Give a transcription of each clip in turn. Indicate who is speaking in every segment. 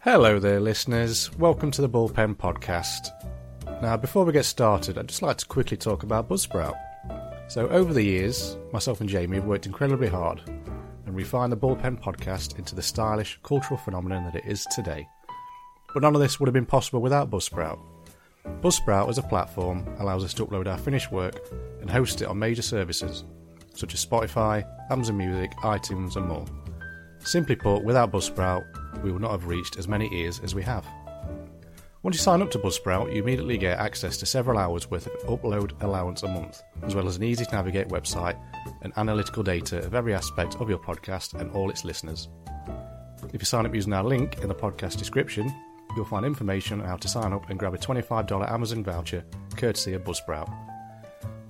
Speaker 1: Hello there, listeners. Welcome to the Bullpen Podcast. Now, before we get started, I'd just like to quickly talk about Buzzsprout. So, over the years, myself and Jamie have worked incredibly hard and refined the Bullpen Podcast into the stylish cultural phenomenon that it is today. But none of this would have been possible without Buzzsprout. Buzzsprout as a platform allows us to upload our finished work and host it on major services such as Spotify, Amazon Music, iTunes, and more. Simply put, without Buzzsprout, we would not have reached as many ears as we have. Once you sign up to Buzzsprout, you immediately get access to several hours worth of upload allowance a month, as well as an easy to navigate website and analytical data of every aspect of your podcast and all its listeners. If you sign up using our link in the podcast description, you'll find information on how to sign up and grab a $25 Amazon voucher courtesy of Buzzsprout.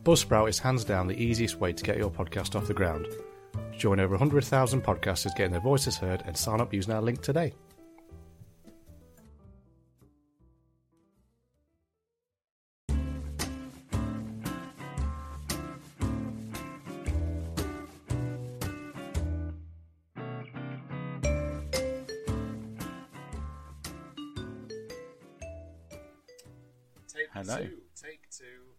Speaker 1: Buzzsprout is hands down the easiest way to get your podcast off the ground. Join over 100,000 podcasters getting their voices heard and sign up using our link today.
Speaker 2: Take
Speaker 3: Hello.
Speaker 2: two. Take two.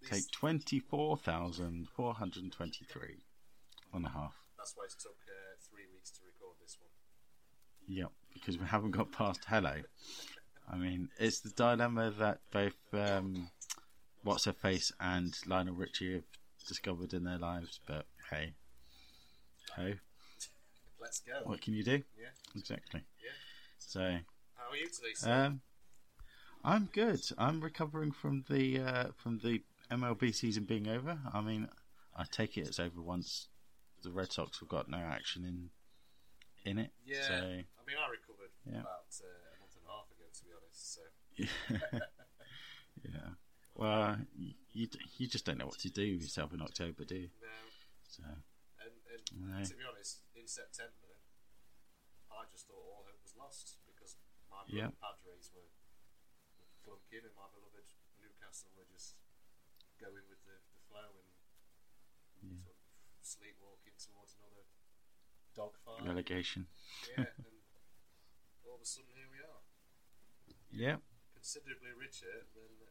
Speaker 2: These-
Speaker 3: Take 24,423 and a half.
Speaker 2: That's why it took uh, three weeks to record this one.
Speaker 3: Yep, because we haven't got past hello. I mean, it's the dilemma that both um, What's Her Face and Lionel Richie have discovered in their lives, but hey. Hey,
Speaker 2: Let's go.
Speaker 3: what can you do?
Speaker 2: Yeah.
Speaker 3: Exactly.
Speaker 2: Yeah.
Speaker 3: So,
Speaker 2: How are you today, sir?
Speaker 3: um, I'm good. I'm recovering from the uh, from the MLB season being over. I mean, I take it it's over once the Red Sox have got no action in in it.
Speaker 2: yeah.
Speaker 3: So,
Speaker 2: I mean, I recovered
Speaker 3: Yeah.
Speaker 2: about uh, a month and a half ago, to be honest. So
Speaker 3: yeah. Well, you you just don't know what to do with yourself in October, do you?
Speaker 2: no,
Speaker 3: So
Speaker 2: and, and
Speaker 3: No.
Speaker 2: to be honest, in September, I just thought all hope was lost because my
Speaker 3: Yeah.
Speaker 2: beloved Padres were, were flunking, and my beloved Newcastle were just going with the, the flow and
Speaker 3: Yeah.
Speaker 2: sort of sleepwalking towards another dogfight.
Speaker 3: relegation.
Speaker 2: yeah, and all of a sudden here we are,
Speaker 3: Yeah.
Speaker 2: considerably richer than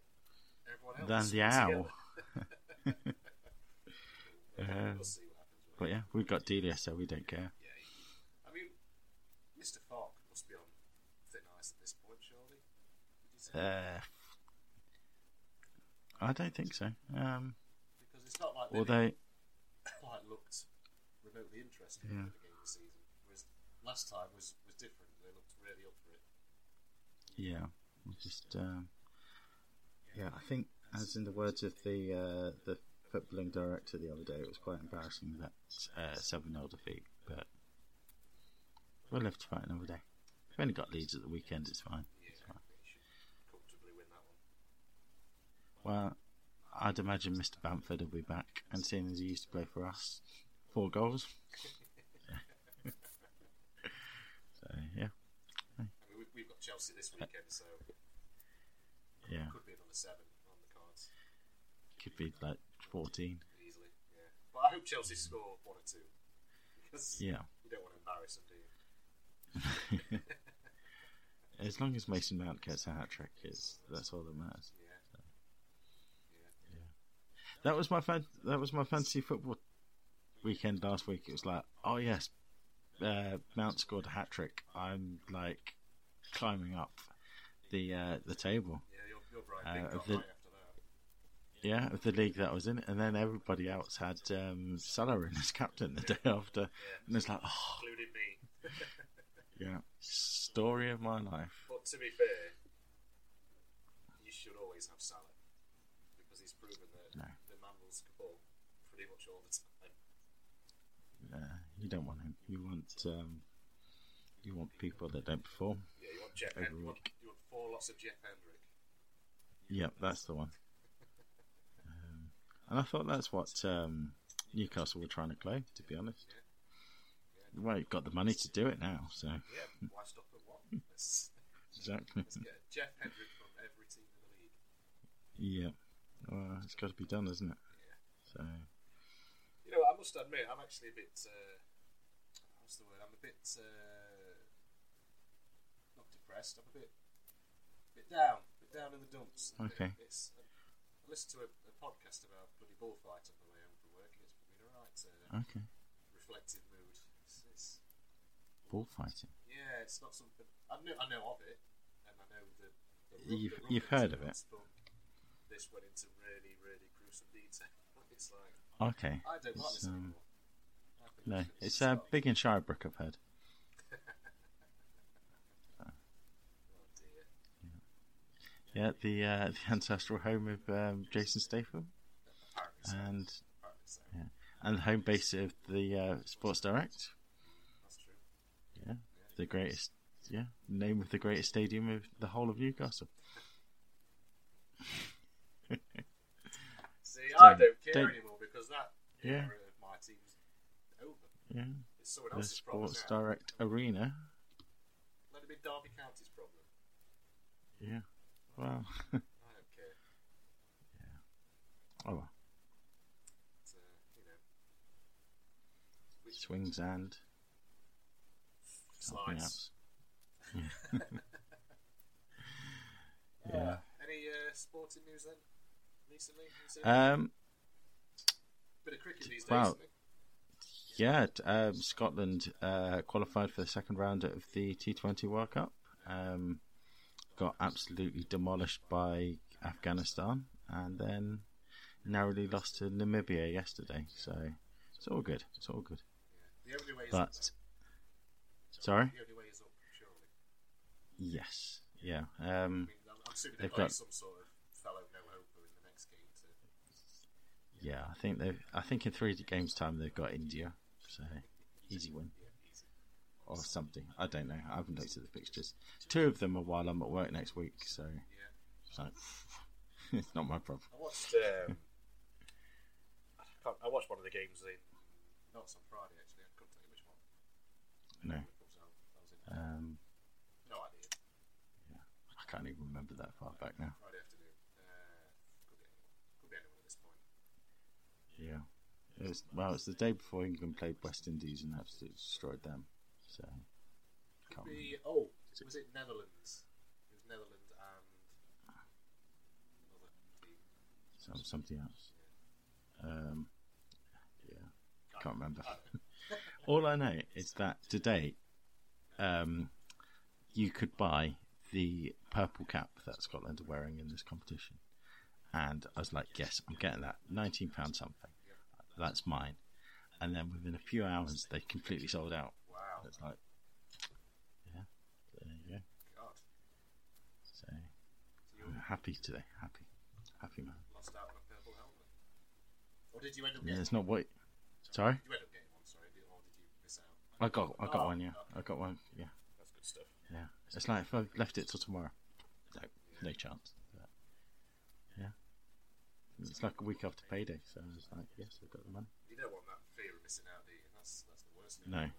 Speaker 2: everyone else.
Speaker 3: Than the
Speaker 2: together.
Speaker 3: owl. Uh,
Speaker 2: we'll see what happens. won't
Speaker 3: but yeah, we've got Delia, so we don't care.
Speaker 2: we? Yeah, I mean, Mr. Falk must be on thin ice at this point, surely. Would you say?
Speaker 3: Uh, I don't think so. Um,
Speaker 2: because it's not like they
Speaker 3: although,
Speaker 2: quite looked remotely interested in
Speaker 3: Yeah.
Speaker 2: the game this season. Whereas last time was, was different. They looked really up for it.
Speaker 3: yeah, we just um, yeah. I think, as in the words of the uh, the footballing director the other day, it was quite embarrassing that uh, seven 0 defeat. But we'll have to fight another day. We've only got Leeds at the weekend. It's fine.
Speaker 2: Yeah, they should comfortably win that one.
Speaker 3: Well, I'd imagine Mr. Bamford will be back, and seeing as he used to play for us, four goals. so yeah,
Speaker 2: I mean, we've, we've got Chelsea this
Speaker 3: Uh,
Speaker 2: weekend, so it
Speaker 3: yeah,
Speaker 2: could be another seven on the cards
Speaker 3: could be like fourteen.
Speaker 2: easily. Yeah, but I hope Chelsea score one or two because
Speaker 3: Yeah,
Speaker 2: you don't want to embarrass them, do you?
Speaker 3: as long as Mason Mount gets a hat trick, it's that's all that matters.
Speaker 2: Yeah.
Speaker 3: That was my fan. That was my fantasy football weekend last week. It was like, oh yes, uh, Mount scored a hat trick. I'm like climbing up the uh, the table.
Speaker 2: Yeah, you're, you're right.
Speaker 3: Uh,
Speaker 2: Big
Speaker 3: of
Speaker 2: got
Speaker 3: the-
Speaker 2: right after that.
Speaker 3: Yeah, of the league that I was in, and then everybody else had um, Salah in as captain the day after, and it's like, oh,
Speaker 2: Including me.
Speaker 3: yeah, story of my life.
Speaker 2: But to be fair, you should always have Salah because he's proven that
Speaker 3: No.
Speaker 2: the man will score pretty much all the time.
Speaker 3: Uh, you don't want him. You want um, you want people that don't perform.
Speaker 2: Yeah, you want Jeff
Speaker 3: Every
Speaker 2: Hen- you want,
Speaker 3: week.
Speaker 2: you want four lots of Jeff Hendrick.
Speaker 3: Yep, that's the one. Um, and I thought that's what um, Newcastle were trying to claim, to be honest. Well, you've got the money to do it now, so
Speaker 2: Yeah, why stop at one? Let's,
Speaker 3: exactly.
Speaker 2: let's get Jeff Hendrick from every team in the league.
Speaker 3: Yeah, well, it's got to be done, isn't it? So
Speaker 2: You know, I must admit, I'm actually a bit. Uh, what's the word? I'm a bit uh, depressed. I'm a bit, bit down, bit down in the dumps. A bit-
Speaker 3: Okay.
Speaker 2: It's. I listened to a, a podcast about bloody bullfight on the way home from work, and it's put me in a right uh,
Speaker 3: Okay.
Speaker 2: reflective mood. It's, it's
Speaker 3: Bullfighting.
Speaker 2: yeah, it's not something I know. I know of it, and I know the. the ru-
Speaker 3: You've-
Speaker 2: the
Speaker 3: you've
Speaker 2: rumblings
Speaker 3: heard of
Speaker 2: it.
Speaker 3: it.
Speaker 2: But this went into really, really gruesome detail. It's like
Speaker 3: Okay.
Speaker 2: I don't like this
Speaker 3: It's, um,
Speaker 2: anymore. I think
Speaker 3: no,
Speaker 2: we should
Speaker 3: it's uh,
Speaker 2: stop.
Speaker 3: big in Shirebrook, I've heard.
Speaker 2: Oh dear.
Speaker 3: Yeah, the uh, the ancestral home of um, Jason Statham
Speaker 2: Apparently so. Apparently
Speaker 3: and
Speaker 2: so.
Speaker 3: and the home base of the uh, Sports Direct.
Speaker 2: That's true.
Speaker 3: Yeah, the greatest. Yeah, name of the greatest stadium of the whole of Newcastle.
Speaker 2: See, I
Speaker 3: Don't-
Speaker 2: don't care
Speaker 3: don't-
Speaker 2: anymore because that
Speaker 3: Yeah.
Speaker 2: era of my team's over.
Speaker 3: Yeah,
Speaker 2: It's someone
Speaker 3: the
Speaker 2: else's problem
Speaker 3: Sports
Speaker 2: now.
Speaker 3: Direct Arena.
Speaker 2: Let it be Derby County's problem.
Speaker 3: Yeah, well,
Speaker 2: I don't care.
Speaker 3: oh, well.
Speaker 2: It's, uh, you know,
Speaker 3: swings and something
Speaker 2: slides.
Speaker 3: else. Yeah.
Speaker 2: Any uh, sporting news then? Recently? Recently?
Speaker 3: Um,
Speaker 2: Bit of cricket these days.
Speaker 3: wow.
Speaker 2: isn't it?
Speaker 3: Yeah, t- um, Scotland uh, qualified for the second round of the T20 World Cup. Um, got absolutely demolished by Afghanistan, and then narrowly lost to Namibia yesterday. So it's all good. It's all good.
Speaker 2: The only way is up.
Speaker 3: But sorry,
Speaker 2: though. The only way is up, surely.
Speaker 3: yes, yeah,
Speaker 2: I
Speaker 3: um,
Speaker 2: mean, I'm, I'm assuming
Speaker 3: They've
Speaker 2: they've got
Speaker 3: got-
Speaker 2: some sort of fellow no hoper in the next game. To,
Speaker 3: yeah. I think they. I think in three games' time they've got India. So easy win.
Speaker 2: yeah, easy.
Speaker 3: or something. I don't know. I haven't looked at the pictures. Two of them are while I'm at work next week, so
Speaker 2: Yeah.
Speaker 3: it's, like, it's not my problem.
Speaker 2: I watched. Um, I, can't, I watched one of the games in. Not on Friday actually. I couldn't tell you which one.
Speaker 3: No,
Speaker 2: It was, um, I was in,
Speaker 3: um,
Speaker 2: no idea.
Speaker 3: I can't even remember that far back now.
Speaker 2: Friday afternoon. Uh, could be anyone. Could be anyone at this point.
Speaker 3: Yeah, it was, well, it's the day before England played West Indies and absolutely destroyed them. So can't
Speaker 2: Could
Speaker 3: remember.
Speaker 2: be. Oh, was it Netherlands? It was Netherlands and. another team.
Speaker 3: so it was something else. Um, yeah, can't remember. All I know is that today, um, you could buy the purple cap that Scotland are wearing in this competition, and I was like, yes, I'm getting that, nineteen pound something, that's mine. And then within a few hours, they completely sold out.
Speaker 2: Wow.
Speaker 3: It's like, yeah, there you go.
Speaker 2: God.
Speaker 3: So
Speaker 2: So you
Speaker 3: I'm happy today, happy, happy man.
Speaker 2: lost out on a purple helmet. Or did you end up
Speaker 3: Yeah,
Speaker 2: getting
Speaker 3: it's not what. Sorry.
Speaker 2: You end up getting one, sorry, did- or did you miss out?
Speaker 3: I got I
Speaker 2: Oh,
Speaker 3: got one, yeah.
Speaker 2: okay.
Speaker 3: I got one, yeah.
Speaker 2: That's good stuff.
Speaker 3: Yeah. It's like if I left it till tomorrow. No, no chance. But, yeah. It's like a week after payday, so I was like, yes, I've got the money.
Speaker 2: You don't want that fear of missing out, do you? That's, that's the worst thing.
Speaker 3: No.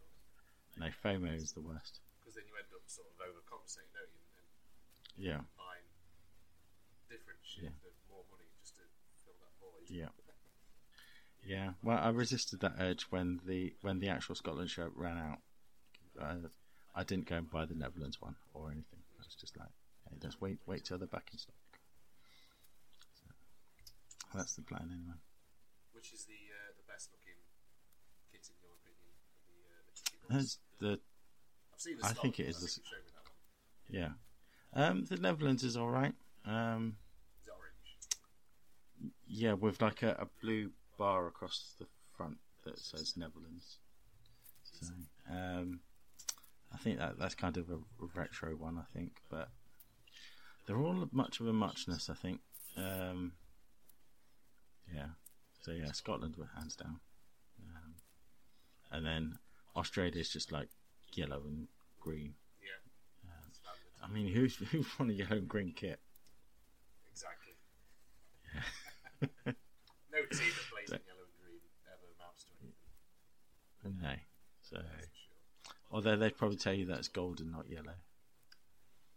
Speaker 3: No, FOMO is the worst.
Speaker 2: Because then you end up sort of overcompensating, don't you? And
Speaker 3: Yeah,
Speaker 2: buying different shit
Speaker 3: Yeah.
Speaker 2: for more money just to fill that void.
Speaker 3: yeah. Yeah. Well I resisted that urge when the when the actual Scotland shirt ran out. I, I didn't go and buy the Netherlands one or anything. I was just like, hey, let's wait wait till they're back in stock. So, that's the plan anyway.
Speaker 2: Which is the uh, the best looking kit in your opinion? The, uh, the kit you
Speaker 3: That's the
Speaker 2: bought? I've seen the
Speaker 3: I
Speaker 2: stock,
Speaker 3: think it
Speaker 2: I
Speaker 3: is
Speaker 2: think
Speaker 3: the-
Speaker 2: you showed me that one.
Speaker 3: Yeah. Um, the Netherlands is all right. Um,
Speaker 2: Is it orange?
Speaker 3: yeah, with like a, a blue bar across the front that says Netherlands. So, um, I think that that's kind of a retro one, I think. But they're all much of a muchness, I think. Um, yeah. So yeah, Scotland were hands down, um, and then Australia's just like yellow and green.
Speaker 2: Yeah. Standard.
Speaker 3: I mean, who's who won a yellow and green kit?
Speaker 2: Exactly. no team that plays in yellow and green ever amounts to anything.
Speaker 3: No. So,
Speaker 2: That's for sure.
Speaker 3: although they'd probably tell you that it's gold and not yellow.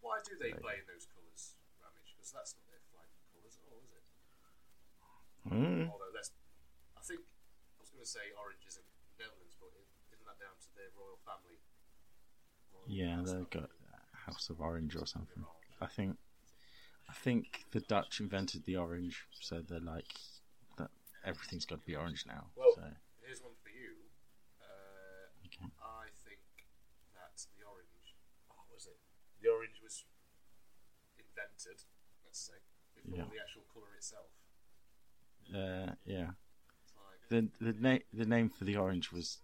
Speaker 2: Why do they play in those colours, Ramage? Because that's not their flag colours at all, is it?
Speaker 3: Mm.
Speaker 2: Although that's, I think I was going to say orange isn't Netherlands, but i- isn't that down to their royal family? Royal-
Speaker 3: Yeah,
Speaker 2: that's
Speaker 3: they've
Speaker 2: not-
Speaker 3: got House of Orange or something. I think, I think the Dutch invented the orange, so they're like that. Everything's got to be orange now.
Speaker 2: Well-
Speaker 3: so
Speaker 2: Here's one for you. Uh,
Speaker 3: okay.
Speaker 2: I think that the orange. oh, What was it? The orange was invented, let's say, before
Speaker 3: Yeah.
Speaker 2: the actual colour itself.
Speaker 3: Uh, yeah.
Speaker 2: It's like,
Speaker 3: The the name the name for the orange was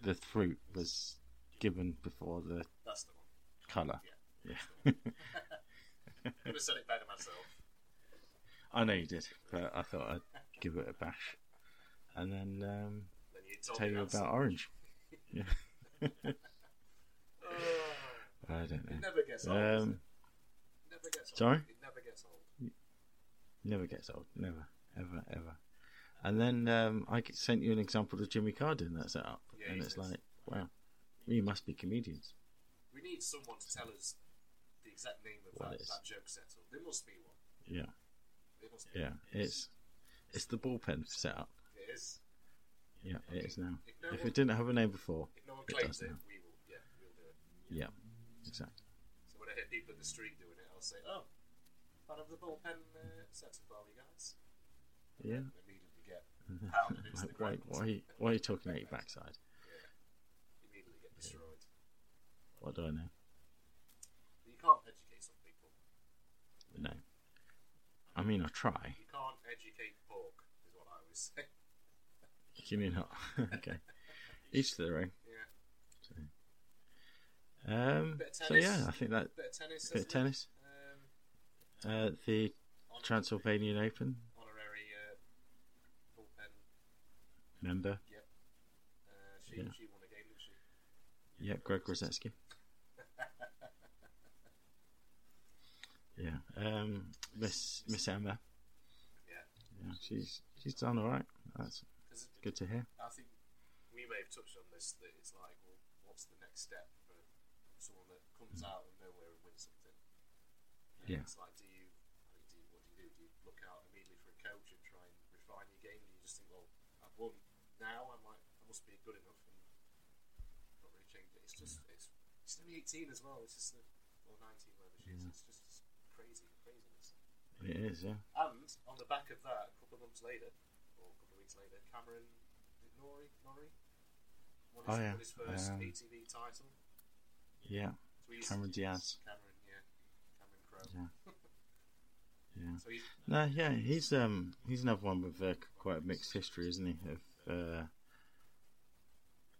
Speaker 3: the fruit was given before the
Speaker 2: that's the one.
Speaker 3: color. Yeah.
Speaker 2: Could have said it better myself.
Speaker 3: I know you did, but I thought I'd give it a bash, and then um,
Speaker 2: Then you told
Speaker 3: tell
Speaker 2: me
Speaker 3: you
Speaker 2: that's-
Speaker 3: about orange. Yeah.
Speaker 2: Ah,
Speaker 3: I don't
Speaker 2: it
Speaker 3: know.
Speaker 2: never gets old. does
Speaker 3: Um,
Speaker 2: it? Never gets old.
Speaker 3: sorry?
Speaker 2: It never gets old.
Speaker 3: Never gets old. Never, ever, ever. And then um, I get- sent you an example of Jimmy Carr doing that setup,
Speaker 2: Yeah,
Speaker 3: and
Speaker 2: he
Speaker 3: it's
Speaker 2: says-
Speaker 3: like, wow, we must be comedians.
Speaker 2: We need someone to tell us the exact name of
Speaker 3: What
Speaker 2: that,
Speaker 3: is?
Speaker 2: that joke setup. There must be one.
Speaker 3: Yeah,
Speaker 2: There must be
Speaker 3: yeah. It's it's the bullpen setup.
Speaker 2: one. It is.
Speaker 3: Yeah, it is now.
Speaker 2: If no
Speaker 3: If
Speaker 2: one-
Speaker 3: it didn't have a name before,
Speaker 2: If no one
Speaker 3: It
Speaker 2: claims
Speaker 3: does
Speaker 2: it,
Speaker 3: now.
Speaker 2: we will. Yeah, we'll do it.
Speaker 3: yeah, exactly.
Speaker 2: So when I hear people in the street doing it, I'll say, "Oh, fan of the bullpen uh, setup, are you guys?"
Speaker 3: Yeah.
Speaker 2: And immediately get pounded into the
Speaker 3: Like, why,
Speaker 2: ground.
Speaker 3: why, are you- why are you talking out your backside?
Speaker 2: Immediately get destroyed.
Speaker 3: What do I know?
Speaker 2: But you can't educate some people.
Speaker 3: No. I mean, I try.
Speaker 2: You can't educate pork, is what I always say.
Speaker 3: You mean not? okay. Each to their own.
Speaker 2: yeah.
Speaker 3: Um,
Speaker 2: Bit of
Speaker 3: so
Speaker 2: tennis.
Speaker 3: yeah, I think that
Speaker 2: Bit of tennis.
Speaker 3: bit of
Speaker 2: isn't it?
Speaker 3: tennis.
Speaker 2: Um,
Speaker 3: Uh, the
Speaker 2: hon-
Speaker 3: Transylvanian Open
Speaker 2: honorary uh, bullpen.
Speaker 3: member.
Speaker 2: Uh, she
Speaker 3: Yeah.
Speaker 2: she won a game, didn't she?
Speaker 3: Yeah, Greg Rosetsky. yeah. Um, Miss Miss Emma.
Speaker 2: Yeah.
Speaker 3: Yeah, she's she's done all right. That's
Speaker 2: 'Cause
Speaker 3: good to hear.
Speaker 2: I think we may have touched on this that it's like, well, what's the next step for someone that comes out of nowhere and wins something? And
Speaker 3: Yeah.
Speaker 2: It's like, do you, I mean, do you, what do you do? Do you look out immediately for a coach and try and refine your game? Do you just think, well, I've won now, I might, I must be good enough and not really change it? It's just, it's, she's only 18 as well. It's just, the, or 19, whatever she is. It's just crazy, craziness.
Speaker 3: It is. Yeah.
Speaker 2: And on the back of that, a couple of months later, or a couple of weeks later, Cameron Norrie, Norrie won his,
Speaker 3: Oh, yeah.
Speaker 2: won his first
Speaker 3: Um,
Speaker 2: ATV title.
Speaker 3: Yeah.
Speaker 2: So he's-
Speaker 3: Cameron Diaz.
Speaker 2: Cameron, yeah, Cameron Crowe.
Speaker 3: Yeah. Yeah.
Speaker 2: So he's
Speaker 3: No, yeah, he's um he's another one with uh, quite a mixed history, isn't he? Of uh,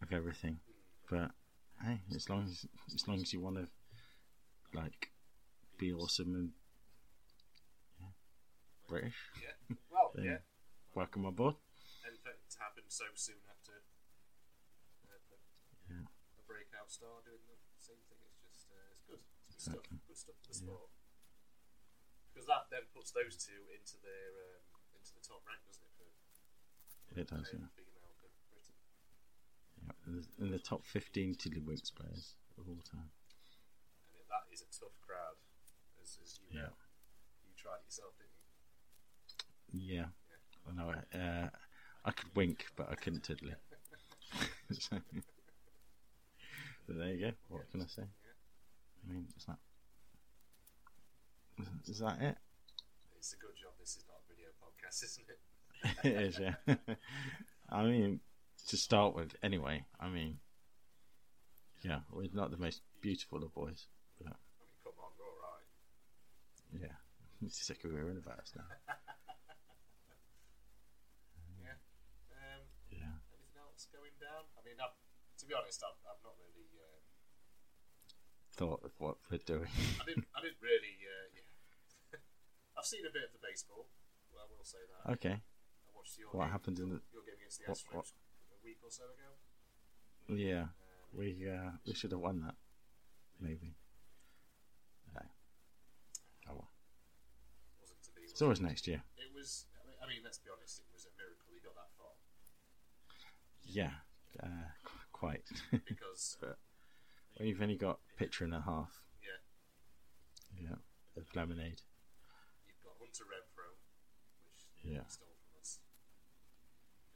Speaker 3: of everything,
Speaker 2: hmm.
Speaker 3: but hey, as long as as long as you want to like be awesome and yeah, British,
Speaker 2: yeah, well,
Speaker 3: then
Speaker 2: yeah,
Speaker 3: welcome aboard.
Speaker 2: and for it to happen so soon after uh, a,
Speaker 3: Yeah.
Speaker 2: a breakout star doing the same thing, it's just uh, it's good, it's good
Speaker 3: Exactly.
Speaker 2: stuff, good stuff for the sport. Because that then puts those two into their um, into the top rank, doesn't it? For
Speaker 3: It does,
Speaker 2: male
Speaker 3: yeah.
Speaker 2: and female for Britain.
Speaker 3: yeah. In, the, in the top fifteen Tiddlywinks players of all time.
Speaker 2: and it, that is a tough crowd, as, as you
Speaker 3: Yeah.
Speaker 2: know. You tried it yourself, didn't you?
Speaker 3: Yeah, I know. Uh, I could wink, but I couldn't tiddly. so, but there you go. What can I say? I mean, is that is that it?
Speaker 2: It's a good job this is not a video podcast, isn't it?
Speaker 3: it is, yeah. I mean, to start with, anyway. I mean, yeah, we're not the most beautiful of boys.
Speaker 2: I mean, come on, we're all right.
Speaker 3: Yeah, sick of hearing about us now.
Speaker 2: Um,
Speaker 3: Yeah.
Speaker 2: anything else going down? I mean, I've, to be honest, I've, I've not really. Um,
Speaker 3: Thought of what we're doing.
Speaker 2: I didn't. I didn't really. Uh, yeah. I've seen a bit of the baseball. Well, I will say that.
Speaker 3: Okay,
Speaker 2: I watched your
Speaker 3: what
Speaker 2: game,
Speaker 3: happened in the?
Speaker 2: your game against the
Speaker 3: what-
Speaker 2: Astros
Speaker 3: what-
Speaker 2: a week or so ago.
Speaker 3: Yeah,
Speaker 2: Um,
Speaker 3: we uh, we should have won that. Maybe. No. Oh well.
Speaker 2: wasn't to be.
Speaker 3: It's
Speaker 2: was
Speaker 3: always next year.
Speaker 2: it? It was. I mean, I mean, let's be honest. It was a miracle he got that far
Speaker 3: Yeah, uh, qu- quite.
Speaker 2: because
Speaker 3: We've only got a picture and a half.
Speaker 2: Yeah.
Speaker 3: Yeah, of lemonade.
Speaker 2: You've got Hunter Renfro, which
Speaker 3: Yeah.
Speaker 2: he stole from us.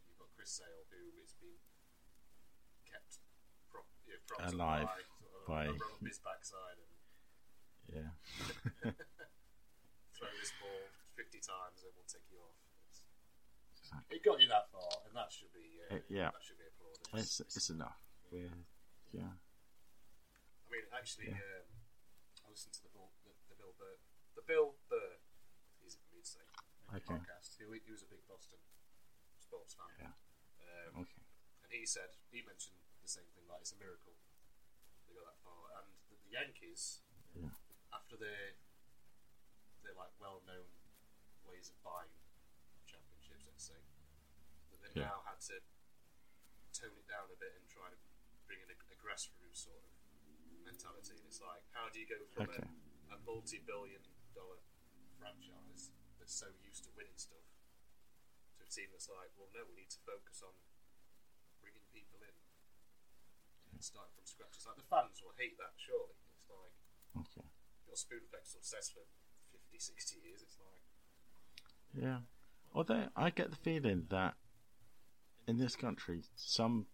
Speaker 2: And you've got Chris Sale, who is being kept prop, you know, propped up
Speaker 3: Alive
Speaker 2: by, sort of,
Speaker 3: by-
Speaker 2: run up his backside and
Speaker 3: Yeah.
Speaker 2: Throw this ball 50 times and we'll take you off. It's-
Speaker 3: Exactly.
Speaker 2: It got you that far, and that should be uh,
Speaker 3: Uh, yeah.
Speaker 2: that should be applauded.
Speaker 3: It's it's enough. We're, yeah.
Speaker 2: I mean, actually,
Speaker 3: Yeah.
Speaker 2: um, I listened to the Bill, the, the Bill Burr, the Bill Burr, he's for me to say,
Speaker 3: Okay.
Speaker 2: podcast. He, wa- he was a big Boston sports fan,
Speaker 3: Yeah.
Speaker 2: um,
Speaker 3: Okay.
Speaker 2: and he said he mentioned the same thing. Like it's a miracle they got that far, and the, the Yankees,
Speaker 3: Yeah.
Speaker 2: after their their like well-known ways of buying championships, let's say, that they
Speaker 3: Yeah.
Speaker 2: now had to tone it down a bit and try to bring in a, a grassroots sort of mentality. And it's like, how do you go from
Speaker 3: Okay.
Speaker 2: a, a multi-billion-dollar franchise that's so used to winning stuff to a team that's like, well, no, we need to focus on bringing people in and starting from scratch. It's like the fans will hate that, surely. It's like
Speaker 3: Okay.
Speaker 2: your spoonflex success for 50, 60 years. It's like
Speaker 3: Yeah. Although I get the feeling that in this country, some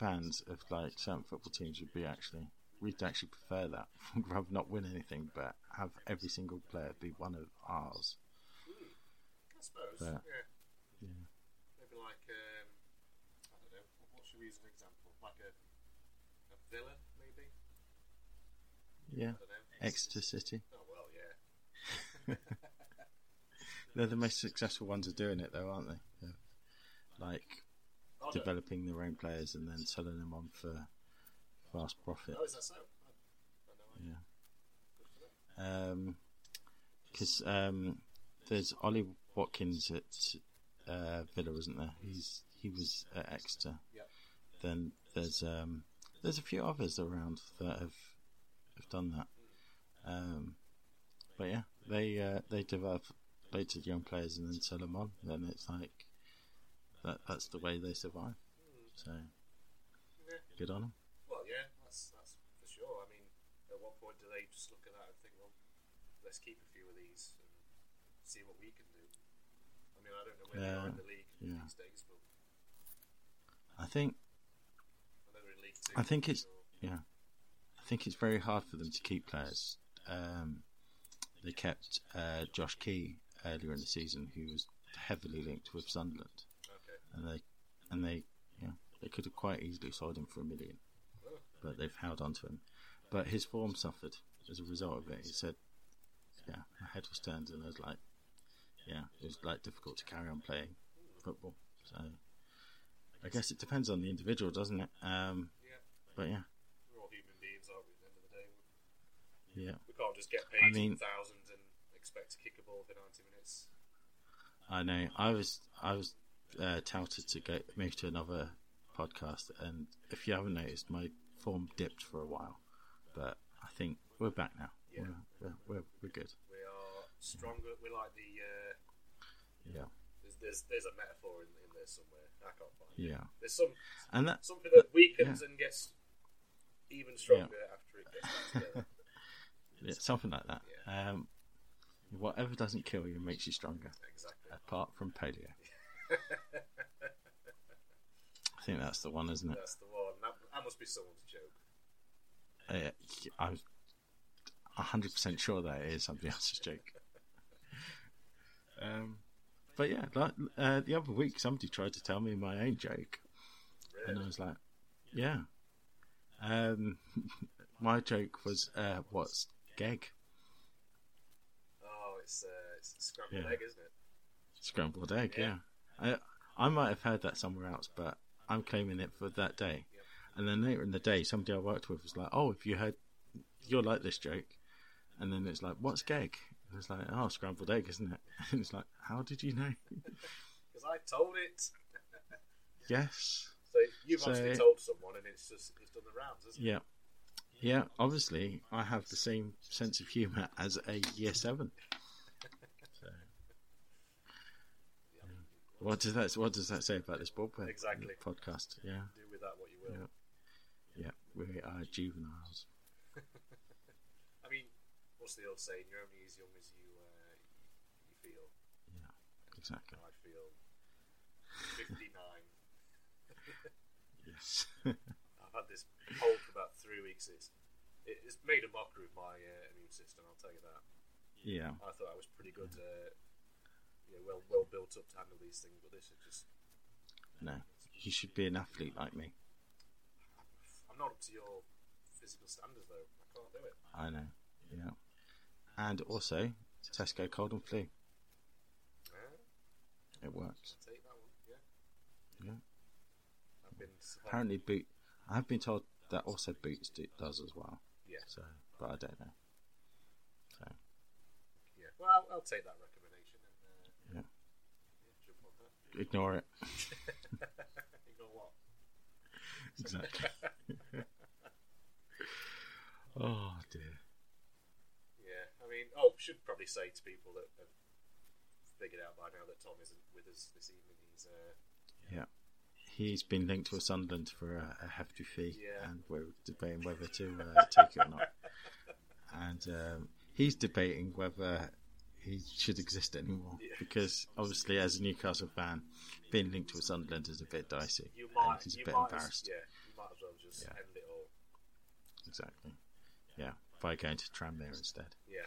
Speaker 3: fans of like certain football teams would be actually we'd actually prefer that rather not win anything, but have every single player be one of ours.
Speaker 2: I suppose,
Speaker 3: Yeah.
Speaker 2: yeah.
Speaker 3: Yeah.
Speaker 2: Maybe like, um, I don't know, what- what should we use as an example? Like a, a villa, maybe?
Speaker 3: Yeah.
Speaker 2: I don't know.
Speaker 3: Exeter City.
Speaker 2: Oh, well, yeah.
Speaker 3: They're the most successful ones of doing it, though, aren't they? Of, Like
Speaker 2: Oh, no.
Speaker 3: developing their own players and then selling them on for fast profit.
Speaker 2: Oh, is that so? I, I don't know. Good for
Speaker 3: Yeah.
Speaker 2: them.
Speaker 3: because um, there's Ollie Watkins at uh, Villa, isn't there? He's he was at Exeter.
Speaker 2: Yep.
Speaker 3: Then there's um, there's a few others around that have have done that. Um, but yeah, they uh, they develop later young players and then sell them on. Then it's like that that's the way they survive. So
Speaker 2: Yeah.
Speaker 3: good on them.
Speaker 2: Well, yeah, that's that's for sure. I mean, at what point do they just look at that and think, well, let's keep a few of these and see what we can do? I mean, I don't know where they are in
Speaker 3: Yeah,
Speaker 2: the league
Speaker 3: yeah.
Speaker 2: these days, but
Speaker 3: I think
Speaker 2: I know they're in League Two.
Speaker 3: I think it's
Speaker 2: or-
Speaker 3: yeah. I think it's very hard for them to keep players. Um, they kept uh, Josh Key earlier in the season, who was heavily linked with Sunderland,
Speaker 2: Okay.
Speaker 3: and they and they yeah they could have quite easily sold him for a million, but they've held on to him. But his form suffered as a result of it. He said, "Yeah, my head was turned, and I was like, yeah, it was like difficult to carry on playing football." So I guess it depends on the individual, doesn't it? Um,
Speaker 2: Yeah.
Speaker 3: but yeah,
Speaker 2: We're all human beings, aren't we? At the end of the day, we,
Speaker 3: yeah.
Speaker 2: we can't just get paid
Speaker 3: I mean-
Speaker 2: thousands and expect to kick a ball for ninety minutes.
Speaker 3: I know. I was I was uh, touted to go move to another podcast, and if you haven't noticed, my form dipped for a while, but I think we're back now.
Speaker 2: Yeah.
Speaker 3: We're, we're, we're, we're good.
Speaker 2: We are stronger. We're like the. Uh,
Speaker 3: Yeah,
Speaker 2: there's, there's there's a metaphor in, in there somewhere. I can't find it.
Speaker 3: yeah,
Speaker 2: There's some
Speaker 3: and that
Speaker 2: something that weakens and gets even stronger after it gets back together.
Speaker 3: yeah, something like that. Um, whatever doesn't kill you makes you stronger,
Speaker 2: Exactly.
Speaker 3: apart from polio. I think that's the one, isn't it?
Speaker 2: That's the one. That, that must be someone's joke.
Speaker 3: Uh, I'm 100% sure that it is somebody else's joke. Um, but yeah, like, uh, the other week somebody tried to tell me my own joke, and I
Speaker 2: Really?
Speaker 3: was like, yeah. Um, my joke was, uh, what's geg?
Speaker 2: Oh, it's uh, it's scrambled
Speaker 3: Yeah.
Speaker 2: egg, isn't it?
Speaker 3: Scrambled egg, yeah. I, I might have heard that somewhere else, but I'm claiming it for that day. And then later in the day, somebody I worked with was like, "Oh, if you heard, you're like this joke," and then it's like, "What's gag?" And it's like, "Oh, scrambled egg, isn't it?" And it's like, "How did you know?"
Speaker 2: Because I told it.
Speaker 3: yes,
Speaker 2: So you've
Speaker 3: So-
Speaker 2: actually told someone, and it's just it's done the rounds, isn't
Speaker 3: yeah, yeah. Obviously, I have the same sense of humour as a year seven. So, what does that What does that say about this ball play-
Speaker 2: Exactly.
Speaker 3: podcast? Yeah.
Speaker 2: it? Do with that what you will.
Speaker 3: Yeah. Yeah, we are juveniles.
Speaker 2: I mean, what's the old saying? You're only as young as you uh, you feel.
Speaker 3: Exactly.
Speaker 2: I feel 59.
Speaker 3: Yes.
Speaker 2: I've had this poll for about three weeks. It's It, it's made a mockery of my uh, immune system. I'll tell you that.
Speaker 3: Yeah.
Speaker 2: I thought I was pretty good, uh, you know, well well built up to handle these things, but this is just.
Speaker 3: No. You should be an athlete like me.
Speaker 2: I'm not up to your physical standards though. I can't do it.
Speaker 3: I know. Yeah. And also, Tesco cold and flu.
Speaker 2: Yeah,
Speaker 3: It works.
Speaker 2: I'll take that one. Yeah.
Speaker 3: Yeah.
Speaker 2: I've been surviving.
Speaker 3: Apparently, boot. I've been told that also boots do, does as well.
Speaker 2: Yeah.
Speaker 3: So, but I don't know. So,
Speaker 2: Yeah. Well, I'll, I'll take that recommendation and uh,
Speaker 3: Yeah.
Speaker 2: yeah, jump on that.
Speaker 3: ignore it.
Speaker 2: Ignore what?
Speaker 3: exactly. oh dear.
Speaker 2: Yeah, I mean, oh, should probably say to people that have figured out by now that Tom isn't with us this evening. He's uh,
Speaker 3: He's been linked to a Sunderland for a, a hefty fee,
Speaker 2: Yeah.
Speaker 3: and we're debating whether to uh, take it or not. And um, he's debating whether he should exist anymore
Speaker 2: Yeah.
Speaker 3: because, obviously, as a Newcastle fan, being linked to a Sunderland is a bit dicey.
Speaker 2: you
Speaker 3: and
Speaker 2: might
Speaker 3: he's a
Speaker 2: you
Speaker 3: bit
Speaker 2: might
Speaker 3: embarrassed.
Speaker 2: As, yeah, you might as well just
Speaker 3: Yeah.
Speaker 2: end it all.
Speaker 3: Exactly. Yeah, by going to Tranmere instead.
Speaker 2: Yeah,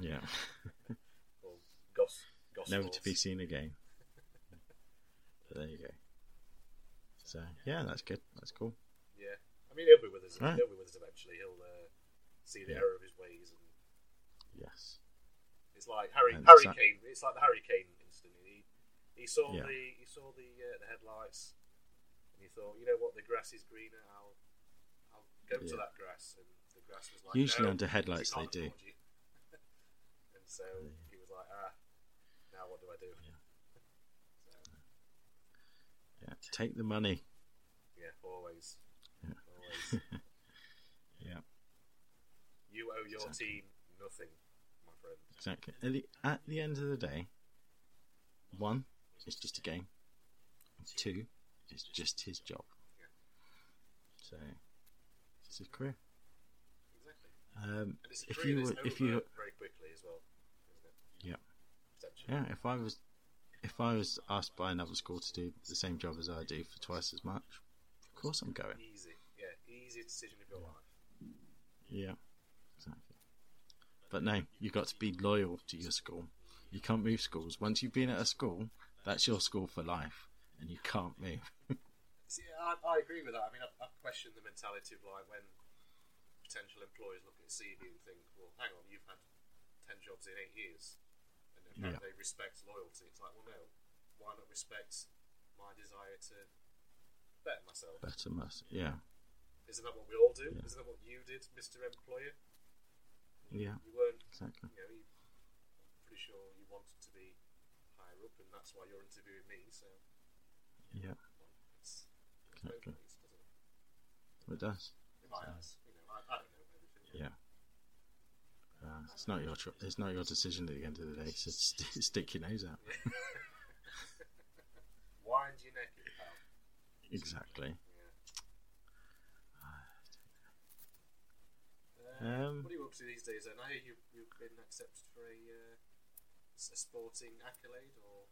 Speaker 3: Yeah,
Speaker 2: or Goss Goss.
Speaker 3: never to be seen again. But there you go. So yeah, that's good. That's cool.
Speaker 2: Yeah, I mean, he'll be with us.
Speaker 3: Right.
Speaker 2: He'll be with us eventually. He'll uh, see the
Speaker 3: Yeah.
Speaker 2: error of his ways, and
Speaker 3: Yes.
Speaker 2: it's like Harry
Speaker 3: And
Speaker 2: Harry
Speaker 3: so-
Speaker 2: Kane. It's like the Harry Kane incident. He he saw
Speaker 3: Yeah.
Speaker 2: the he saw the uh, the headlights, and he thought, you know what, the grass is greener. I'll I'll go to
Speaker 3: Yeah.
Speaker 2: that grass, and the grass was like
Speaker 3: Usually
Speaker 2: no.
Speaker 3: under headlights
Speaker 2: She
Speaker 3: they
Speaker 2: can't
Speaker 3: do.
Speaker 2: afford you. and so
Speaker 3: Yeah.
Speaker 2: he was like, ah, now what do I do?
Speaker 3: Yeah. Yeah. Take the money.
Speaker 2: Yeah, always.
Speaker 3: Yeah.
Speaker 2: Always.
Speaker 3: Yeah.
Speaker 2: You owe your
Speaker 3: Exactly.
Speaker 2: team nothing, my friend.
Speaker 3: Exactly. At the, at the end of the day, one, it's just a game. And two, it's just his job. So it's his career.
Speaker 2: Exactly.
Speaker 3: Um,
Speaker 2: And it's a
Speaker 3: if
Speaker 2: career
Speaker 3: you were,
Speaker 2: that's
Speaker 3: if
Speaker 2: over
Speaker 3: you
Speaker 2: very quickly as well, isn't it?
Speaker 3: yeah.
Speaker 2: Potentially.
Speaker 3: Yeah, if I was if I was asked by another school to do the same job as I do for twice as much, of course I'm going.
Speaker 2: Easy. Yeah, easy decision of your life.
Speaker 3: Yeah, exactly. But no, you got to be loyal to your school. You can't move schools. Once you've been at a school, that's your school for life, and you can't move.
Speaker 2: See, I, I agree with that. I mean, I, I question the mentality of like when potential employers look at a CV and think, "Well, hang on, you've had ten jobs in eight years," and apparently they respect loyalty. It's like, well, no, why not respect my desire to better myself?
Speaker 3: Better must. Yeah,
Speaker 2: Isn't that what we all do?
Speaker 3: Yeah.
Speaker 2: Isn't that what you did, Mister Employer?
Speaker 3: yeah,
Speaker 2: You weren't,
Speaker 3: exactly.
Speaker 2: you know, you, I'm pretty sure you wanted to be higher up, and that's why you're interviewing me. So
Speaker 3: Yeah,
Speaker 2: well, it's it's both
Speaker 3: Exactly.
Speaker 2: ways, doesn't it?
Speaker 3: it does.
Speaker 2: In my eyes, you know, I, I don't know everything.
Speaker 3: Yeah. Uh, it's not your tr- it's not your decision at the end of the day. So st- stick your nose out.
Speaker 2: Wind your neck in, pal.
Speaker 3: Exactly.
Speaker 2: Yeah. Uh,
Speaker 3: Um,
Speaker 2: what are you up to these days then? I hear you've, you've been accepted for a, uh, s- a sporting accolade or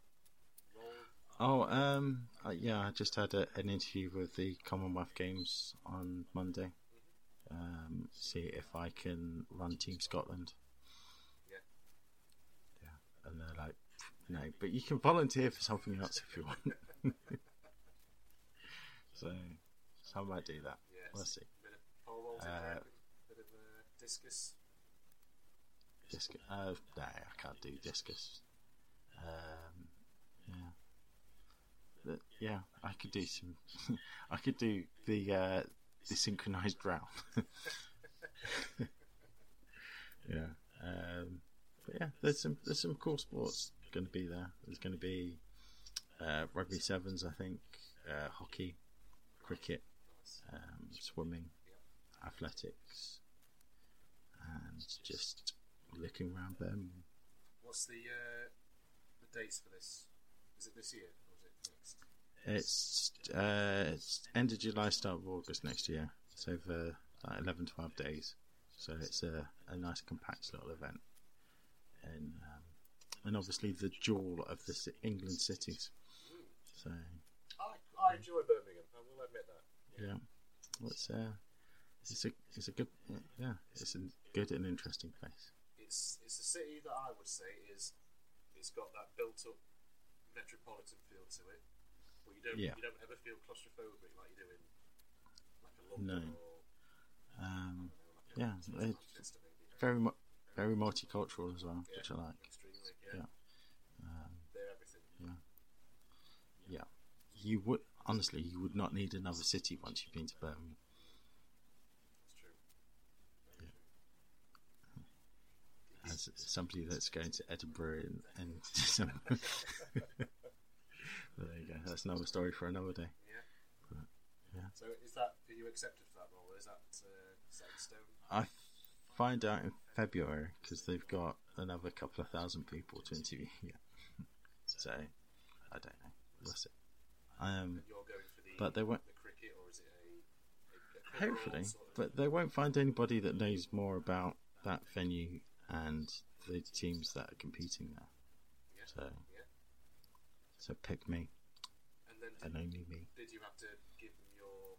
Speaker 2: role.
Speaker 3: Oh, um, uh, yeah, I just had a, an interview with the Commonwealth Games on Monday. Um, see if I can run Team Scotland.
Speaker 2: Yeah.
Speaker 3: Yeah, and they're like, no, but you can volunteer for something else if you want. so, so I might do that.
Speaker 2: Yes.
Speaker 3: We'll see.
Speaker 2: Bit of pole vault, in
Speaker 3: Uh,
Speaker 2: there, bit of uh, discus.
Speaker 3: Discus. Uh, no, I can't do discus. Um, yeah. But, yeah, I could do some. I could do the uh, the synchronized round. yeah. Um, but yeah, there's some there's some cool sports going to be there. There's going to be uh, rugby sevens, I think, uh, hockey, cricket,
Speaker 2: Nice.
Speaker 3: um, swimming, athletics, and just looking around Birmingham.
Speaker 2: What's the uh, the dates for this? Is it this year or is it next?
Speaker 3: It's, uh, it's end of July, start of August next year. It's over like 11, 12 days. So it's a, a nice, compact little event. And, um, and obviously the jewel of the ci- England cities. So,
Speaker 2: I, I enjoy Birmingham. I will admit that.
Speaker 3: yeah. Well, It's, uh, It's a it's a good yeah. It's a good and interesting place.
Speaker 2: It's it's a city that I would say is it's got that built up metropolitan feel to it, but you don't
Speaker 3: Yeah.
Speaker 2: you don't ever feel claustrophobic like you do in like a
Speaker 3: No.
Speaker 2: London or
Speaker 3: Um,
Speaker 2: you know, like a
Speaker 3: yeah, it-
Speaker 2: Manchester maybe.
Speaker 3: very mu- very multicultural as well, which I like.
Speaker 2: Extremely, yeah.
Speaker 3: Yeah. Um,
Speaker 2: They're everything.
Speaker 3: yeah, you would honestly you would not need another city once you've been to Birmingham.
Speaker 2: That's true.
Speaker 3: As somebody that's going to Edinburgh in, in December. there you go. That's another story for another day.
Speaker 2: Yeah.
Speaker 3: Right, yeah.
Speaker 2: So is that are you accepted for that role? Is that uh, set in stone?
Speaker 3: I find out in February because they've got another couple of thousand people to interview. Yeah. so I don't know. We'll see. Um,
Speaker 2: And you're going for the
Speaker 3: but they won't.
Speaker 2: the cricket, or is it a, a, a cover all
Speaker 3: Hopefully,
Speaker 2: sort of-
Speaker 3: but they won't find anybody that knows more about that venue and the teams that are competing there.
Speaker 2: yeah,
Speaker 3: So,
Speaker 2: yeah.
Speaker 3: so pick me
Speaker 2: And then
Speaker 3: and
Speaker 2: did,
Speaker 3: only me.
Speaker 2: did you have to give them your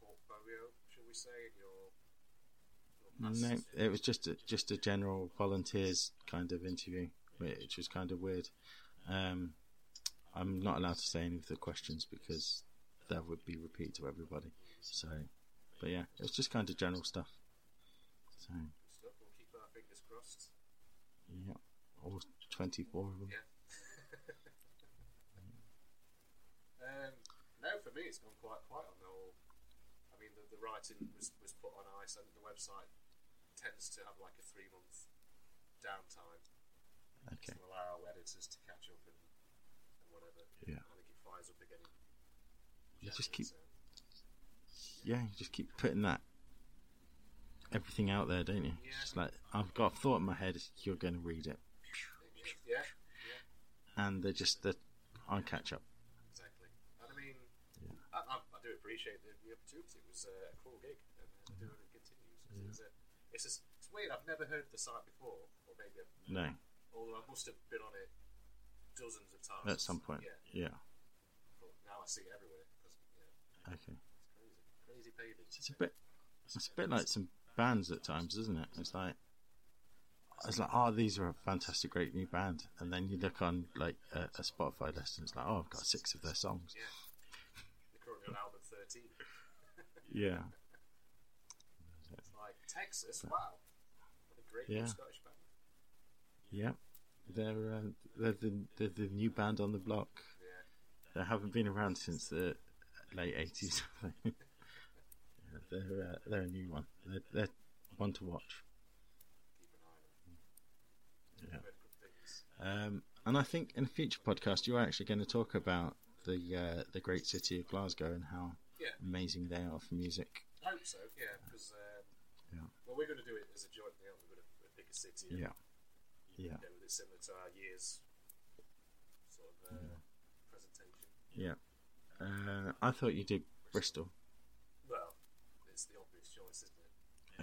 Speaker 2: portfolio, shall we say, and your, your past-
Speaker 3: No, it was just a, just a general volunteers kind of interview, which was kind of weird. Um, I'm not allowed to say any of the questions because that would be repeated to everybody. So, but yeah, it was just kind of general stuff. So,
Speaker 2: stuff? We'll keep our fingers crossed.
Speaker 3: yeah, all 24 of them.
Speaker 2: Yeah. um, no, for me, it's gone quite quiet on the whole. I mean, the, the writing was, was put on ice, and the website tends to have like a three month downtime
Speaker 3: Okay.
Speaker 2: to allow editors to catch up and, and whatever.
Speaker 3: Yeah.
Speaker 2: I think it fires up again. in
Speaker 3: You just
Speaker 2: January,
Speaker 3: keep-
Speaker 2: so-
Speaker 3: yeah, you just keep putting that everything out there, don't you?
Speaker 2: Yeah.
Speaker 3: Just like I've got a thought in my head, you're going to read it,
Speaker 2: Yeah,
Speaker 3: and they're just they're on catch up.
Speaker 2: exactly. And I mean,
Speaker 3: Yeah.
Speaker 2: I, I, I do appreciate the, the opportunity. It was uh, a cool gig, and uh, I do hope it continues. It's, it's, a, it's, just, it's weird. I've never heard of the site before, or maybe I've
Speaker 3: No,
Speaker 2: although I must have been on it dozens of times
Speaker 3: at some point,
Speaker 2: Yeah,
Speaker 3: yeah.
Speaker 2: but now I see it everywhere. 'cause, yeah,
Speaker 3: Okay,
Speaker 2: it's crazy, crazy paving.
Speaker 3: it's a bit, it's a bit like some bands at times, isn't it? It's like. It's like, oh, these are a fantastic, great new band, and then you look on like a, a Spotify list, and it's like, oh, I've got six of their songs.
Speaker 2: Yeah, they're currently on album thirteen.
Speaker 3: Yeah,
Speaker 2: It's like Texas. Wow, what a great
Speaker 3: Yeah.
Speaker 2: new Scottish band.
Speaker 3: yeah, they're um, they're the they're the new band on the block.
Speaker 2: Yeah,
Speaker 3: They haven't been around since the late eighties. yeah, they're uh, they're a new one. They're, they're one to watch.
Speaker 2: keep an eye on them.
Speaker 3: Yeah.
Speaker 2: I've heard good things.
Speaker 3: Um, and I think in a future podcast, you're actually going to talk about the uh, the great city of Glasgow and how
Speaker 2: Yeah.
Speaker 3: amazing they are for music.
Speaker 2: I hope so. Yeah, because um,
Speaker 3: Yeah.
Speaker 2: well, we're going to do it as a joint deal. We're going to pick a city. and
Speaker 3: Yeah, yeah,
Speaker 2: Go with it similar to our years sort of uh, presentation.
Speaker 3: yeah. Uh, I thought you did Bristol.
Speaker 2: Well, it's the obvious choice, isn't it?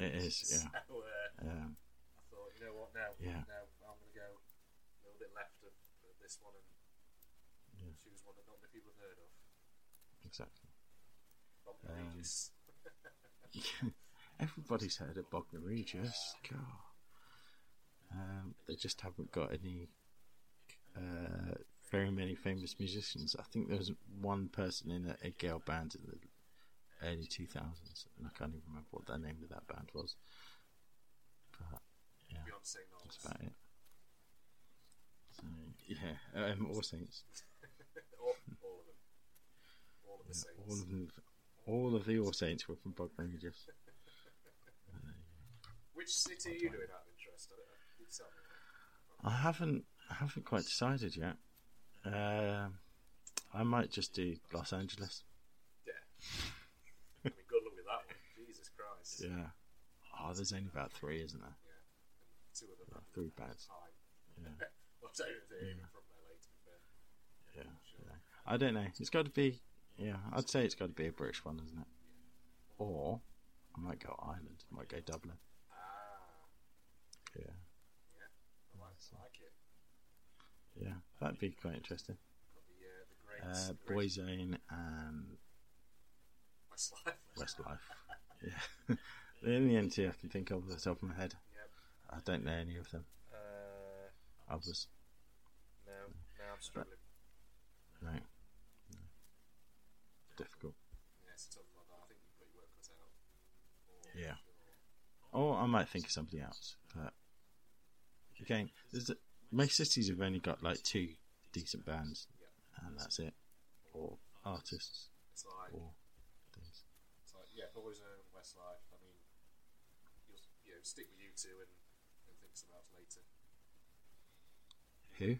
Speaker 3: It is,
Speaker 2: So, uh,
Speaker 3: yeah, um,
Speaker 2: I thought, you know what, now,
Speaker 3: Yeah.
Speaker 2: now I'm going to go a little bit left of, of this one and
Speaker 3: Yeah.
Speaker 2: choose one that not many people have heard of.
Speaker 3: exactly.
Speaker 2: Bogdan
Speaker 3: Um,
Speaker 2: Regis.
Speaker 3: Everybody's heard of Bognor Regis. God. Um, they just haven't got any uh, very many famous musicians. I think there was one person in a, a girl band in the early 2000s, and I can't even remember what the name of that band was. But yeah,
Speaker 2: Beyonce Knowles.
Speaker 3: that's about it. So, yeah, um, All Saints.
Speaker 2: all, all of them. All of the
Speaker 3: Yeah,
Speaker 2: saints.
Speaker 3: all of them, all of the All Saints were from Bognor Regis.
Speaker 2: Which city are you doing out of interest? I don't know. You tell me.
Speaker 3: I haven't I haven't quite decided yet. Um, I might just do Los Angeles.
Speaker 2: Yeah. I mean, good luck with that one. Jesus Christ.
Speaker 3: Yeah. Oh, there's only about three, isn't there?
Speaker 2: Two of them.
Speaker 3: Yeah, three bands.
Speaker 2: Time.
Speaker 3: Yeah.
Speaker 2: Well, I don't even think they're even from LA, to be fair.
Speaker 3: Yeah. yeah. I don't know. It's got to be. Yeah, I'd say it's got to be a British one, isn't it? Or I might go Ireland. I might go Dublin.
Speaker 2: Ah,
Speaker 3: Yeah.
Speaker 2: I like, I like it.
Speaker 3: Yeah, that'd be quite interesting.
Speaker 2: Got the, uh, the great,
Speaker 3: Uh,
Speaker 2: great
Speaker 3: Boyzone and
Speaker 2: Westlife.
Speaker 3: Westlife. Yeah. the only entity I can think of off the top of my head.
Speaker 2: Yep.
Speaker 3: I don't know any of them.
Speaker 2: Uh,
Speaker 3: I was
Speaker 2: no, no, I'm struggling.
Speaker 3: right. Difficult.
Speaker 2: Yeah, it's tough like that. I think you've got your work cut out.
Speaker 3: Yeah. Or I might think of somebody else. But again, there's a, most cities have only got like two decent bands, and that's it, or artists,
Speaker 2: It's like,
Speaker 3: or things.
Speaker 2: it's like yeah, Poison, Westlife. I mean, you'll you know, stick with you two and, and think some else later.
Speaker 3: Who?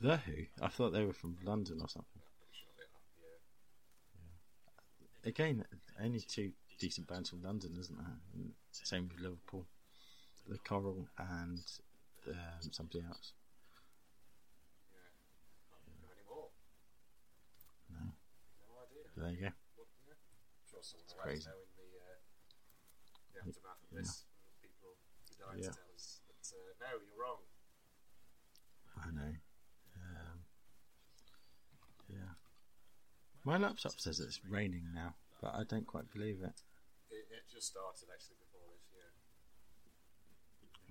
Speaker 3: The Who? I thought they were from London or something.
Speaker 2: Pretty sure they are. Yeah.
Speaker 3: Again, only two decent bands from London, isn't there? And same with Liverpool, the Coral and um, somebody else.
Speaker 2: Yeah. Can't think of any more.
Speaker 3: No.
Speaker 2: No idea.
Speaker 3: There you go.
Speaker 2: What, yeah. I'm sure someone
Speaker 3: It's
Speaker 2: will let us
Speaker 3: crazy.
Speaker 2: know in the, uh, the aftermath of this. and People who died to
Speaker 3: Yeah.
Speaker 2: tell us that, uh, no, you're wrong.
Speaker 3: I know. Um, yeah. My laptop says it's raining now, but I don't quite believe it.
Speaker 2: It, it just started actually before this, yeah.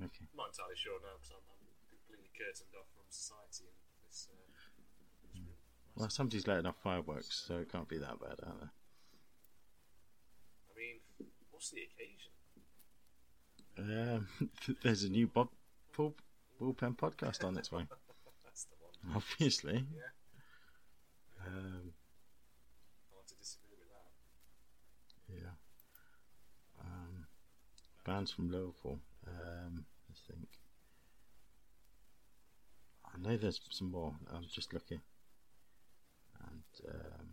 Speaker 3: Okay.
Speaker 2: I'm not entirely sure now because I'm, I'm completely curtained off from society in this, uh, this room.
Speaker 3: Well, somebody's letting off fireworks, so it can't be that bad, are
Speaker 2: I mean, what's the occasion?
Speaker 3: they? Um, there's a new Bob Bull, Bullpen podcast on its way,
Speaker 2: That's the one.
Speaker 3: obviously.
Speaker 2: Yeah.
Speaker 3: Um,
Speaker 2: Hard to disagree with that.
Speaker 3: yeah. Um, bands from Liverpool, um, I think. I know there's some more. I'm just looking, and um,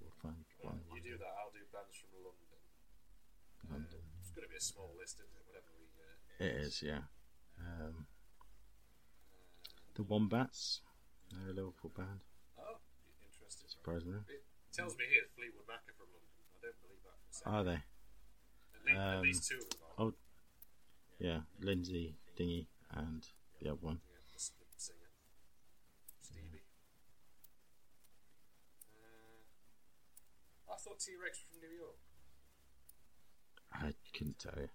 Speaker 3: we'll find one.
Speaker 2: You do that, I'll do bands from London. Uh,
Speaker 3: London.
Speaker 2: It's going to be a small list, isn't it? Whatever we. Uh,
Speaker 3: It is, yeah. Um, the Wombats, they're a Liverpool band,
Speaker 2: oh, interesting.
Speaker 3: surprisingly.
Speaker 2: It tells me here Fleetwood Mac are from London. I don't believe that for a second.
Speaker 3: Are they?
Speaker 2: at, least, at
Speaker 3: um,
Speaker 2: least two of them are.
Speaker 3: oh. Yeah, Lindsay Dingy and the other one.
Speaker 2: Yeah, the, s- the singer. Stevie. Uh, I thought T Rex were from New York.
Speaker 3: I couldn't tell you.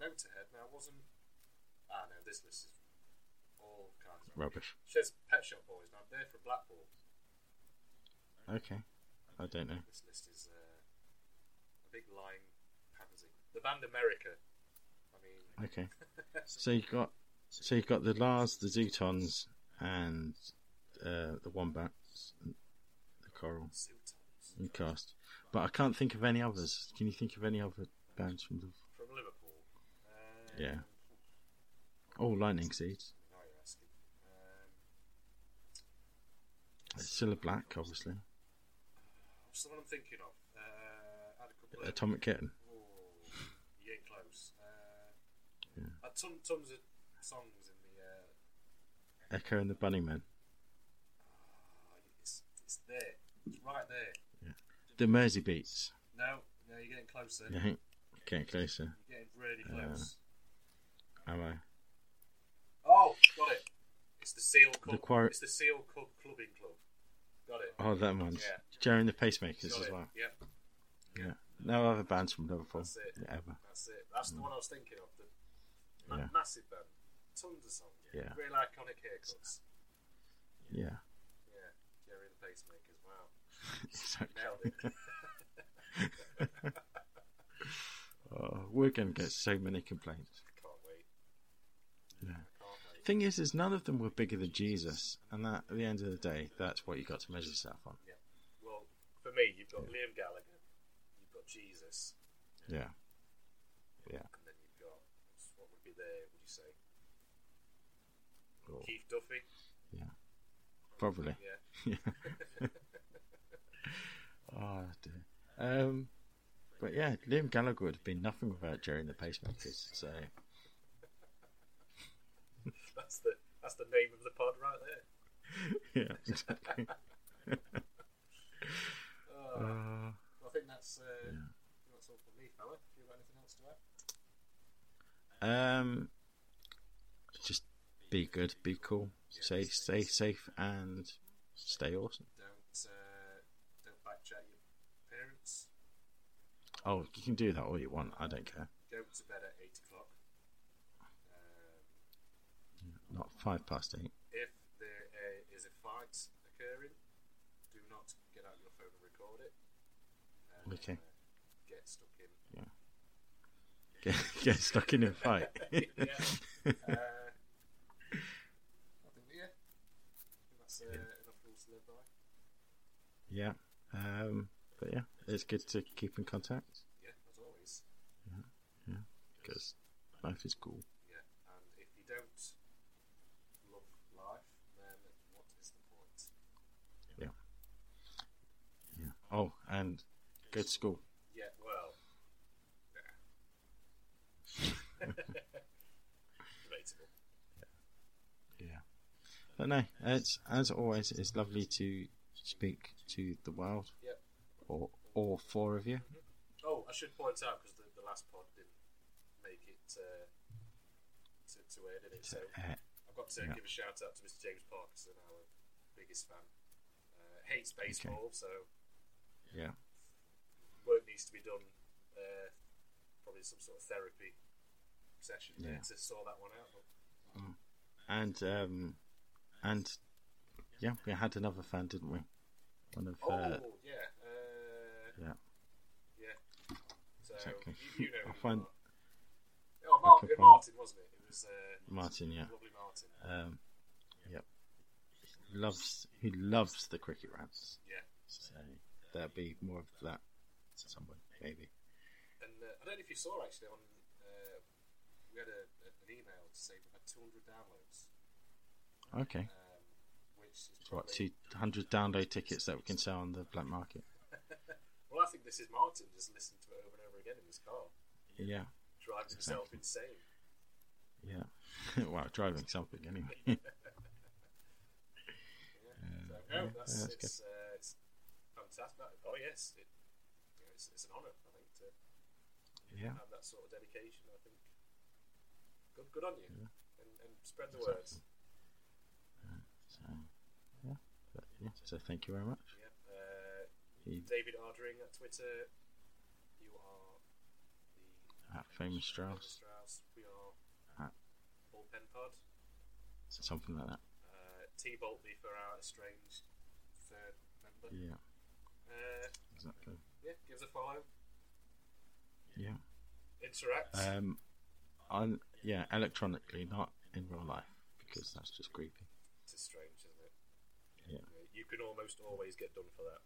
Speaker 2: Yeah. Motorhead now wasn't. Ah, no, this list is all kinds of.
Speaker 3: Rubbish.
Speaker 2: Says Pet Shop Boys. Now they're from Blackpool.
Speaker 3: Okay. I don't know.
Speaker 2: This list is uh, a big line pansy. The band America. I mean,
Speaker 3: Okay. So you've got so you've got the Lars, the Zootons, and uh, the Wombats, and the Coral,
Speaker 2: Zootons
Speaker 3: and Cast. But I can't think of any others. Can you think of any other bands from Liverpool?
Speaker 2: from Liverpool. Um,
Speaker 3: Yeah. Oh, Lightning Seeds.
Speaker 2: Now you're asking. Um,
Speaker 3: Silla Black, obviously.
Speaker 2: what's the one I'm thinking of? Uh, had a couple of.
Speaker 3: Atomic Kitten.
Speaker 2: Oh, you ain't close. Uh,
Speaker 3: Yeah.
Speaker 2: uh, ton, tons of songs in the. Uh,
Speaker 3: Echo and the Bunnymen.
Speaker 2: ah, it's, it's there. It's right there.
Speaker 3: The Mersey Beats.
Speaker 2: No, no, you're getting closer.
Speaker 3: Yeah. Uh, Getting closer.
Speaker 2: You're getting really close.
Speaker 3: Am I?
Speaker 2: oh, got it. It's the Seal Club.
Speaker 3: choir-
Speaker 2: It's the Seal Club Clubbing Club. Got it.
Speaker 3: Oh, that one's.
Speaker 2: Yeah.
Speaker 3: Jerry and the Pacemakers
Speaker 2: got
Speaker 3: as
Speaker 2: it.
Speaker 3: well.
Speaker 2: Yep,
Speaker 3: Yeah. No other bands from Liverpool.
Speaker 2: That's it.
Speaker 3: Ever.
Speaker 2: that's it. That's the one I was thinking of. The ma-
Speaker 3: Mm. Yeah.
Speaker 2: massive band. Tons of songs.
Speaker 3: Yeah.
Speaker 2: Real iconic haircuts.
Speaker 3: Yeah.
Speaker 2: Yeah. Jerry and the Pacemakers. Wow.
Speaker 3: Exactly.
Speaker 2: Nailed it.
Speaker 3: Oh, we're going to get so many complaints.
Speaker 2: Can't wait.
Speaker 3: Yeah.
Speaker 2: Can't wait.
Speaker 3: Thing is, is none of them were bigger than Jesus, and that at the end of the day, that's what you got to measure yourself on.
Speaker 2: Well, for me, you've got Liam Gallagher, you've got Jesus,
Speaker 3: Yeah.
Speaker 2: and then you've got what would be there? Would you say
Speaker 3: Cool.
Speaker 2: Keith Duffy?
Speaker 3: Probably.
Speaker 2: Yeah.
Speaker 3: Yeah. oh dear. Um, but yeah, Liam Gallagher would have been nothing without Jerry and the Pacemakers. So
Speaker 2: That's the that's the name of the pod right there.
Speaker 3: yeah, exactly.
Speaker 2: Oh,
Speaker 3: Uh,
Speaker 2: I think that's uh, that's all for me, fella. If you've got anything else to add,
Speaker 3: um, just be good, be cool, stay stay safe, and Stay awesome.
Speaker 2: Don't uh, don't back chat your parents.
Speaker 3: Oh, you can do that all you want. I don't care.
Speaker 2: Go to bed at eight o'clock. Um,
Speaker 3: Not five past eight.
Speaker 2: if there uh, is a fight occurring, do not get out your phone and record it. Um,
Speaker 3: Okay.
Speaker 2: uh, get stuck in.
Speaker 3: Get, get stuck in a fight.
Speaker 2: Uh, I think yeah. I think that's uh, enough rules to live by.
Speaker 3: yeah. Um, but yeah, it's good to keep in contact
Speaker 2: Yeah, as always.
Speaker 3: because life is cool.
Speaker 2: Yeah, and if you don't love life, then what is the point?
Speaker 3: Oh, and go to school.
Speaker 2: Yeah, well, yeah. Debatable.
Speaker 3: Yeah. But no, it's as always, it's lovely to speak to the world.
Speaker 2: Yep.
Speaker 3: Or all four of you.
Speaker 2: Oh, I should point out because the, the last pod didn't make it uh, to, to air, did it? So
Speaker 3: Uh,
Speaker 2: I've got to
Speaker 3: yeah.
Speaker 2: give a shout out to Mr. James Parkinson, our biggest fan. Uh, hates baseball, so
Speaker 3: yeah.
Speaker 2: work needs to be done. Uh, probably some sort of therapy session there
Speaker 3: Yeah.
Speaker 2: to sort that one out. But
Speaker 3: And um, and yeah, we had another fan, didn't we? One of
Speaker 2: Oh
Speaker 3: uh,
Speaker 2: yeah, uh,
Speaker 3: yeah.
Speaker 2: yeah. So
Speaker 3: Exactly.
Speaker 2: you, you know,
Speaker 3: I
Speaker 2: who
Speaker 3: find-
Speaker 2: you are. oh Martin,
Speaker 3: could find-
Speaker 2: Martin wasn't it? It was uh,
Speaker 3: Martin. Yeah.
Speaker 2: lovely Martin.
Speaker 3: Um, yep. He loves he loves the cricket rants.
Speaker 2: Yeah,
Speaker 3: So there'll be more of that somewhere, maybe.
Speaker 2: and uh, I don't know if you saw actually on uh, we had a, a, an email to say we had 200 downloads,
Speaker 3: Okay.
Speaker 2: um, which is
Speaker 3: What
Speaker 2: probably
Speaker 3: two hundred download tickets that we can sell on the black market?
Speaker 2: well, I think this is Martin just listening to it over and over again in his car,
Speaker 3: Yeah.
Speaker 2: driving himself insane.
Speaker 3: Yeah. wow, driving something anyway.
Speaker 2: So
Speaker 3: Uh,
Speaker 2: no,
Speaker 3: yeah,
Speaker 2: that's,
Speaker 3: that's
Speaker 2: it's, uh, it's fantastic. Oh yes, it, you know, it's, it's an honour I think to
Speaker 3: yeah.
Speaker 2: have that sort of dedication. I think good, good on you, and, and spread the
Speaker 3: Exactly.
Speaker 2: word.
Speaker 3: So yeah. But, yeah. So thank you very much.
Speaker 2: Yeah. Uh,
Speaker 3: He,
Speaker 2: David Ardering at Twitter. You are the
Speaker 3: at uh, famous Strauss,
Speaker 2: Strauss. We are
Speaker 3: Ah.
Speaker 2: Bullpen Pod.
Speaker 3: something like that.
Speaker 2: Uh, T Boltley for our estranged third member.
Speaker 3: Yeah.
Speaker 2: Uh,
Speaker 3: Exactly.
Speaker 2: yeah, give us a follow.
Speaker 3: Yeah.
Speaker 2: Interact.
Speaker 3: Um, on yeah, electronically, not in real life, because that's just creepy.
Speaker 2: it's strange, isn't it?
Speaker 3: Yeah.
Speaker 2: You can almost always get done for that.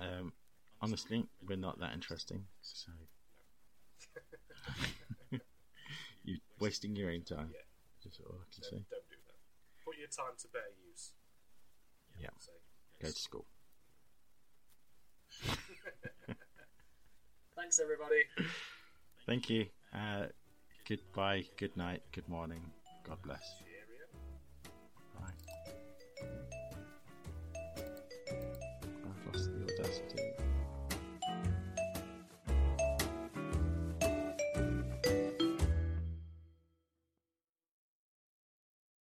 Speaker 3: Um, honestly, we're not that interesting, so you're wasting your own time.
Speaker 2: Yeah.
Speaker 3: That's all I can
Speaker 2: Don't,
Speaker 3: say.
Speaker 2: don't do that. Put your time to better use.
Speaker 3: Yeah.
Speaker 2: I'd say.
Speaker 3: Go to school.
Speaker 2: Thanks, everybody.
Speaker 3: Thank you. Uh, goodbye. Good night. Good morning. God bless.